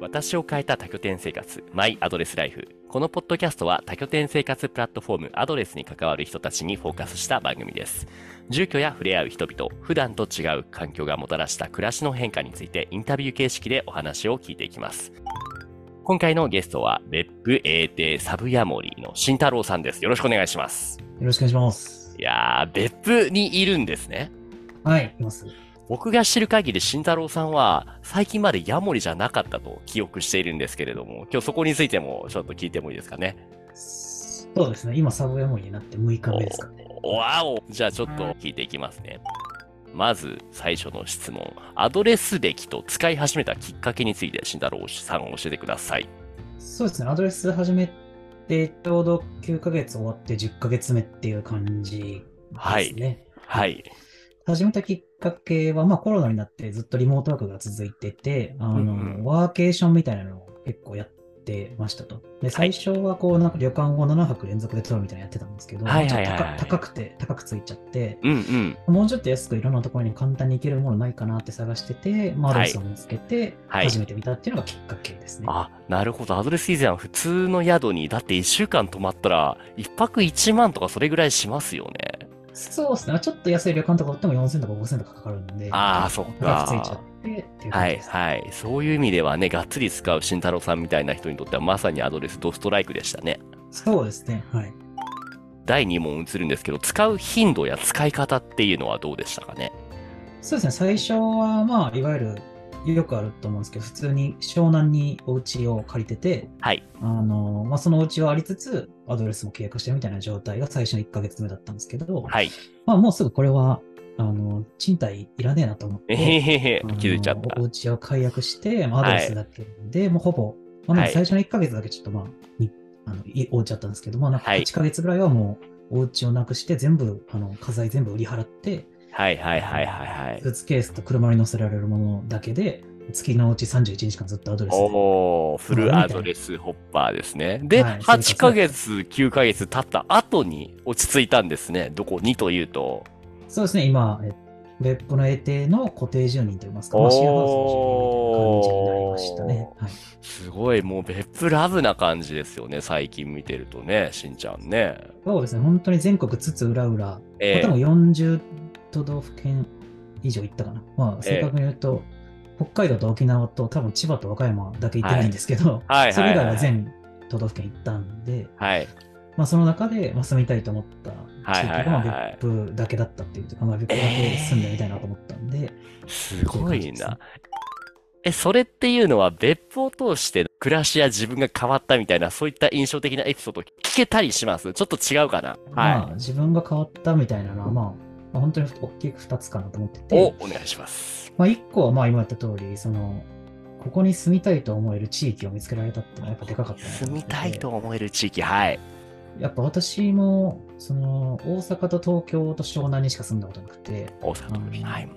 私を変えた多拠点生活、マイアドレスライフ。このポッドキャストは多拠点生活プラットフォームアドレスに関わる人たちにフォーカスした番組です。住居や触れ合う人々、普段と違う環境がもたらした暮らしの変化についてインタビュー形式でお話を聞いていきます。今回のゲストは、別府英帝サブヤモリの慎太郎さんです。よろしくお願いします。よろしくお願いします。いやー、別府にいるんですね。はい、います。僕が知る限り慎太郎さんは最近までヤモリじゃなかったと記憶しているんですけれども、今日そこについてもちょっと聞いてもいいですかね。そうですね、今サブヤモリになって6日目ですかね。わおじゃあちょっと聞いていきますね。まず最初の質問、アドレスべきと使い始めたきっかけについて慎太郎さん教えてください。そうですね、アドレス始めてちょうど9ヶ月終わって10ヶ月目っていう感じですね。はい。はい、始めたきっかけは、まあ、コロナになってずっとリモートワークが続いてて、あの、うんうん、ワーケーションみたいなのを結構やってましたと。で、最初はこう、なんか旅館を7泊連続で取るみたいなのやってたんですけど、はいはいはいはい、高くて、高くついちゃって、うんうん、もうちょっと安くいろんなところに簡単に行けるものないかなって探してて、まあ、アドレスを見つけて、始めてみたっていうのがきっかけですね。はいはい、あ、なるほど。アドレス以前は普通の宿に、だって1週間泊まったら、1泊1万とかそれぐらいしますよね。そうですね。ちょっと安い旅館とか売っても4000とか5000とかかかるんで。ああ、そっか。ついちゃってっていう、ね、はいはい。そういう意味ではね、がっつり使う慎太郎さんみたいな人にとってはまさにアドレスドストライクでしたね。そうですね。はい。第2問移るんですけど、使う頻度や使い方っていうのはどうでしたかね。そうですね。最初は、まあ、いわゆるよくあると思うんですけど、普通に湘南にお家を借りてて、はい。あの、まあ、そのお家はありつつ、アドレスも契約してみたいな状態が最初の1ヶ月目だったんですけど、はい。まあ、もうすぐこれは、あの、賃貸いらねえなと思って、えー、気づいちゃった。お家を解約して、まあ、アドレスだけで、はい、もうほぼ、まあ、最初の1ヶ月だけちょっとまあ、にあの、おうちゃったんですけど、まあ、なんか8ヶ月ぐらいはもう、お家をなくして、全部、あの、家財全部売り払って、はいはいはいはいはい。スーツケースと車に載せられるものだけで、月のうち31日間ずっとアドレスおお、フルアドレスホッパーですね。で、はい、8ヶ月、9ヶ月経った後に落ち着いたんですね。どこにというと。そうですね、今、別府の英帝の固定住人といいますか、まあ、シェアハウスの住人という感じになりましたね。はい、すごい、もう別府ラブな感じですよね、最近見てるとね、しんちゃんね。そうですね、本当に全国津々浦々、えー、多分40都道府県以上行ったかな。まあ、正確に言うと、えー、北海道と沖縄と多分千葉と和歌山だけ行ってないんですけど、はい、それ以外は全都道府県行ったんで、はい、まあ、その中で、まあ、住みたいと思った地域が別府だけだったっていうか、まあ、別府だけ住んでみたいなと思ったんで、えー、すごいな。え、それっていうのは別府を通して暮らしや自分が変わったみたいな、そういった印象的なエピソード聞けたりしますちょっと違うかな、まあ、はい、自分が変わったみたいなのは、まあ、まあ、本当に大きく2つかなと思ってて。お願いします。まあ、1個はまあ今言った通り、その、ここに住みたいと思える地域を見つけられたってのはやっぱでかかった住みたいと思える地域、はい。やっぱ私も、その、大阪と東京と湘南にしか住んだことなくて。大阪と東京、はい。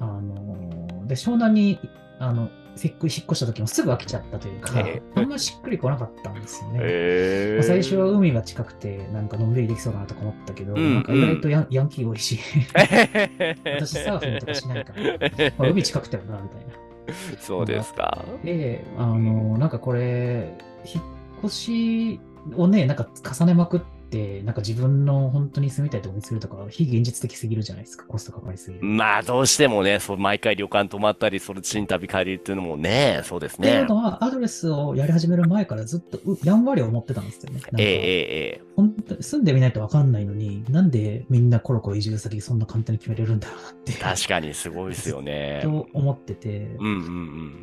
あの、で、湘南に、あの、引っ越した時もすぐ飽きちゃったというか、えー、あんましっくりこなかったんですよね。えー、最初は海が近くて、なんかのんびりできそうだなとか思ったけど、うんうん、なんか意外とヤヤンキー多い し、私サーフィンとかしないから、まあ、海近くてもな、みたいな。そうですか。で、あの、なんかこれ、引っ越しをね、なんか重ねまくって、っなんか自分の本当に住みたいとこにするとか、非現実的すぎるじゃないですか、コストかかりすぎる。まあ、どうしてもね、そう毎回旅館泊まったり、その賃旅借りるっていうのもね、そうですね。っていうのは、アドレスをやり始める前からずっとやんわり思ってたんですよね。ええええ。本当住んでみないと分かんないのに、なんでみんなコロコロ移住先そんな簡単に決めれるんだろうなって。確かにすごいですよね。と思ってて。うんうんう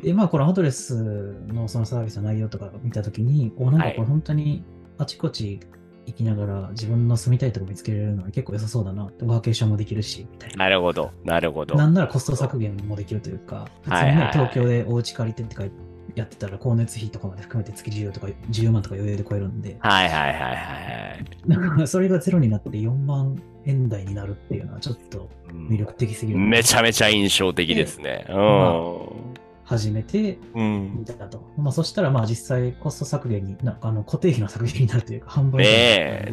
ん。で、まあ、このアドレスのそのサービスの内容とか見たときに、お、なんかこれ本当に、あちこち行きながら自分の住みたいとこ見つけられるのは結構良さそうだなワーケーションもできるしみたいななるほどなるほどなんならコスト削減もできるというか普通に、ね東京でお家借りてってかやってたら光熱費とかまで含めて月10とか10万とか余裕で超えるんではいはいはいはい、だからそれがゼロになって4万円台になるっていうのはちょっと魅力的すぎる、うんめちゃめちゃ印象的ですねうん、まあ始めてみたと、うん、まあ、そしたらまあ実際コスト削減になあの固定費の削減になるというか半分ねえね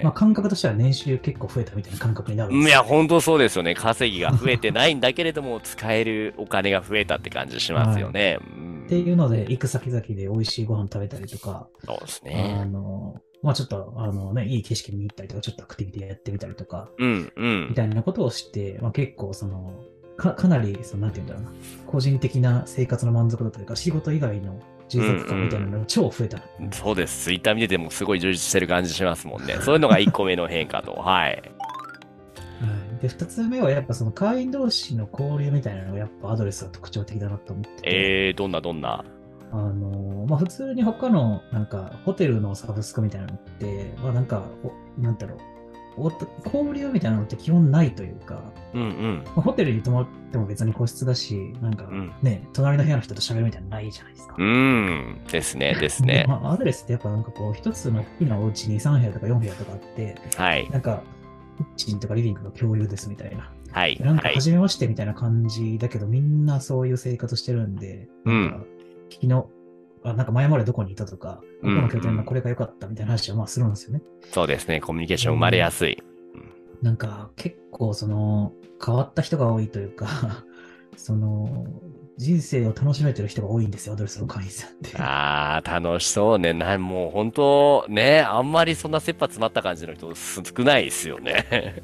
え、まあ、感覚としては年収結構増えたみたいな感覚になるいや本当そうですよ ね稼ぎが増えてないんだけれども使えるお金が増えたって感じしますよね、はい、うんっていうので、行く先々で美味しいご飯食べたりとか、そうですあね。の、まあちょっと、あのね、いい景色見に行ったりとか、ちょっとアクティビティやってみたりとか、うんうんみ。たいなことをして、まあ、結構その、かかなりその、なんて言うんだろうな、個人的な生活の満足度というか、仕事以外の充足感みたいなのが超増えた。そうです。ツイッター見ててもすごい充実してる感じしますもんね。そういうのが1個目の変化と。 はい。はいで、2つ目はやっぱその会員同士の交流みたいなのがやっぱアドレスは特徴的だなと思ってて、えー、どんなどんな。あの、まあ、普通に他のなんかホテルのサブスクみたいなのって、まあ、なんか、おなんだろう。お交流みたいなのって基本ないというか、うんうん。まあホテルに泊まっても別に個室だし、なんかうんね、隣の部屋の人と喋るみたいなのないじゃないですか。うん。ですね、ですねで。 まあ、アドレスってやっぱなんかこう、一つの大きなお家に3部屋とか4部屋とかあって、はい。なんか、キッチンとかリビングの共有ですみたいな。はい。なんか、はい。初めましてみたいな感じだけど、みんなそういう生活してるんで、なんか、昨日、あなんか前までどこにいたとか、うどんこの拠点がこれが良かったみたいな話をまあするんですよね。そうですね、コミュニケーション生まれやすい。なんか、結構その、変わった人が多いというか、 その、人生を楽しめてる人が多いんですよ、アドレスの会員さんって。あー、楽しそうね。な、もう本当、ね、あんまりそんな切羽詰まった感じの人少ないですよね。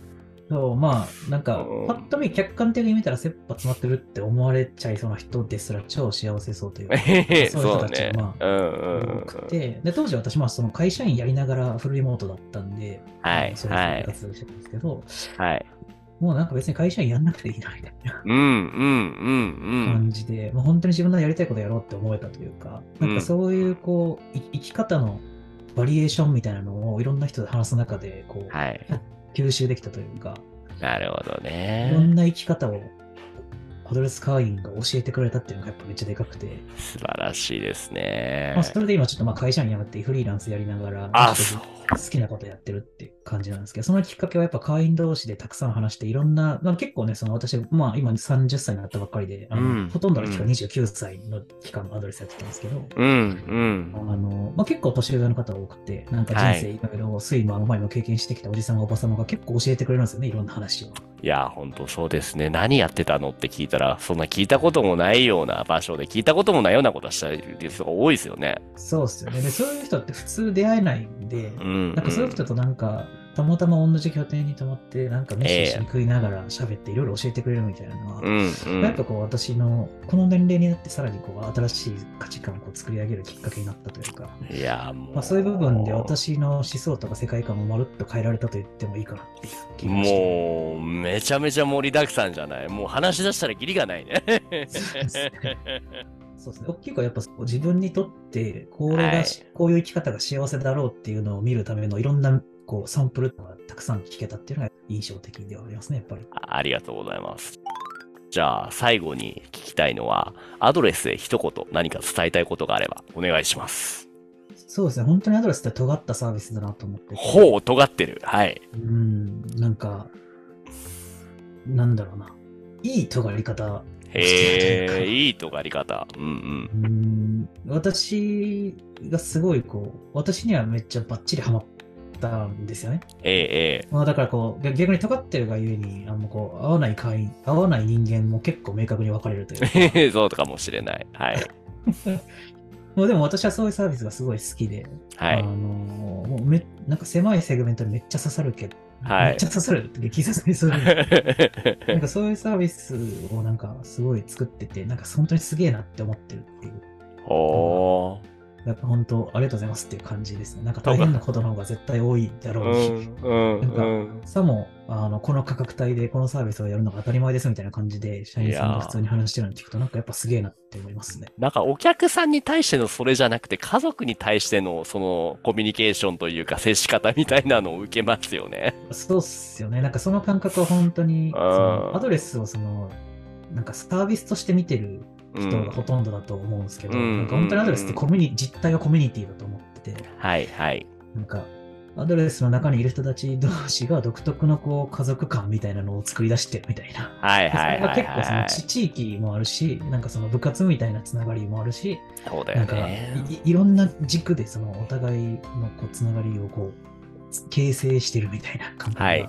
そう、まあ、なんかうん、ぱっと見、客観的に見たら切羽詰まってるって思われちゃいそうな人ですら超幸せそう というかそういう人そうたちねが、。まあ、うんうんう多ん。くて、で、当時私、まあ、その会社員やりながらフルリモートだったんで、はあいの、そういうは生い、活してたんですけど、はい。もうなんか別に会社員やんなくていいな、みたいなうんうんうんうん。感じで、もう本当に自分のやりたいことやろうって思えたというか、なんかそういう、こう、い生き方のバリエーションみたいなのをいろんな人で話す中で、こう、はい。吸収できたというか、なるほどいろんね。な生き方をアドレス会員が教えてくれたっていうのがやっぱめっちゃでかくて、素晴らしいですねまあ、。それで今ちょっとまあ会社員辞めてフリーランスやりながら、あ、ちそょうっ。と好きなことやってるっていう感じなんですけど、そのきっかけはやっぱ会員同士でたくさん話して、いろんな、まあ、結構ね、その私、まあ今30歳になったばっかりで、あのうんほとんどの期間うん29歳の期間アドレスやってたんですけど、うんうん。あのまあ、結構年上の方が多くて、なんか人生いろいろ酸いも甘いも経験してきたおじさまおばさまが結構教えてくれるんですよね、いろんな話を。いや、ほんとそうですね。何やってたのって聞いたら、そんな聞いたこともないような場所で、聞いたこともないようなことした人が多いですよね。そうっすよね。で、そういう人って普通出会えないんで、うん、なんかそういう人となんか、たまたま同じ拠点に泊まって、なんか飯一緒に食いながら喋っていろいろ教えてくれるみたいなのは、うん、うん。やっぱこう私の、この年齢になってさらにこう新しい価値観をこう作り上げるきっかけになったというか、いや、もう。まあ、そういう部分で私の思想とか世界観をまるっと変えられたと言ってもいいかなっていう気がして。もう、めちゃめちゃ盛りだくさんじゃない。もう話し出したらキリがないね。 そうですねそうですね。大きくはやっぱそう自分にとってこれがし、こういう生き方が幸せだろうっていうのを見るためのいろんなこうサンプルがたくさん聞けたっていうのが印象的ではありますね、やっぱり。ありがとうございます。じゃあ、最後に聞きたいのは、アドレスで一言何か伝えたいことがあれば、お願いします。そうですね。本当にアドレスって尖ったサービスだなと思ってて。ほう、尖ってる。はい。うん。なんか、なんだろうな。いい尖り方。へ え、いい尖り方。うんうん。うん。私がすごいこう、私にはめっちゃバッチリハマったんですよね。ええ、えまあ、だからこう、逆逆に尖ってるがゆえに、あのこう、合わない会員、合わない人間も結構明確に分かれるというか。え。 へへそうかもしれない。はい。もうでも私はそういうサービスがすごい好きで、はあのい。もうめ、なんか狭いセグメントにめっちゃ刺さるけど、はいめっちゃ刺さるって激刺さりそうでなんかそういうサービスをなんかすごい作ってて、なんか本当にすげえなって思ってるっていう。 ほう。なんか本当ありがとうございますっていう感じですね。なんか大変なことの方が絶対多いだうろうし、ん、うん、うん。さもあのこの価格帯でこのサービスをやるのが当たり前ですみたいな感じで、社員さんが普通に話してるのを聞くと、なんかやっぱすげえなって思いますね。なんかお客さんに対してのそれじゃなくて、家族に対してのそのコミュニケーションというか接し方みたいなのを受けますよね。そうっすよね。なんかその感覚は本当に、そのアドレスをその、なんかサービスとして見てるう 人んがほとんどだと思うんですけど、うんなんか本当にアドレスってコミュニ実態がコミュニティだと思ってて、はいはい。なんか、アドレスの中にいる人たち同士が独特のこう家族感みたいなのを作り出してるみたいな。はいそはいれがはい、結構そはのい。地地域もあるし、なんかその部活みたいなつながりもあるし、そうだなよんかいね。いろんな軸でそのお互いのこうつながりをこう形成してるみたいな感覚がはい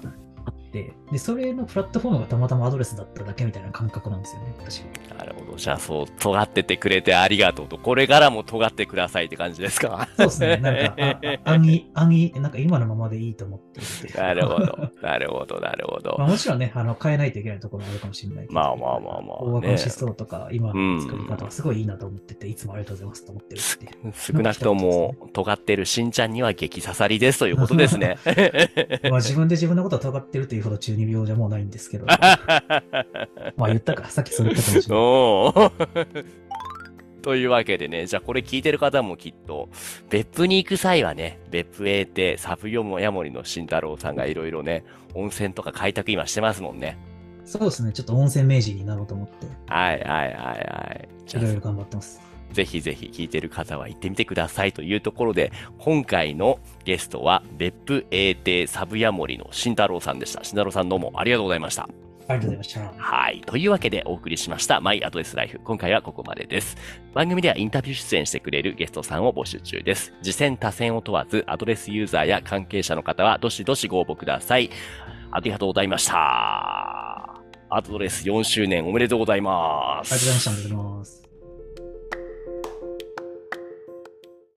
あって、で、それのプラットフォームがたまたまアドレスだっただけみたいな感覚なんですよね、私 は。なるほど。じゃあ、そう、尖っててくれてありがとうと、これからも尖ってくださいって感じです か。そうですね、なんか、ああ安易、安易、なんか今のままでいいと思ってるっていうなるほど。なるほど、なるほまど。あ、もちろんね、あの変えないといけないところもあるかもしれないけど。まあまあまあまあ大枠の思想とか、今の作りうんうん方はすごいいいなと思ってて、いつもありがとうございますと思ってるっていう。少なくとも、尖ってるしんちゃんには激刺さりですということです ね。まあ自分で自分のことは尖ってるというほど中二病じゃもうないんです けど、まあ言ったか、さっきそれ言ったかもしれない。おー というわけでね、じゃあこれ聞いてる方もきっと、別府に行く際はね、別府へ行って、サブヨモヤモリの慎太郎さんがいろいろね、温泉とか開拓今してますもんね。そうですね、ちょっと温泉名人になろうと思って、はいはいはいはい。じゃいろいろあ、頑張ってます。ぜひぜひ聞いてる方は行ってみてくださいというところで、今回のゲストは、別府英帝サブヤモリの慎太郎さんでした。慎太郎さんどうもありがとうございました。ありがとうございました。はい。というわけでお送りしました、マイアドレスライフ。今回はここまでです。番組ではインタビュー出演してくれるゲストさんを募集中です。次戦多戦を問わず、アドレスユーザーや関係者の方は、どしどしご応募ください。ありがとうございました。アドレス4周年おめでとうございます。ありがとうございました。ありがとうございます。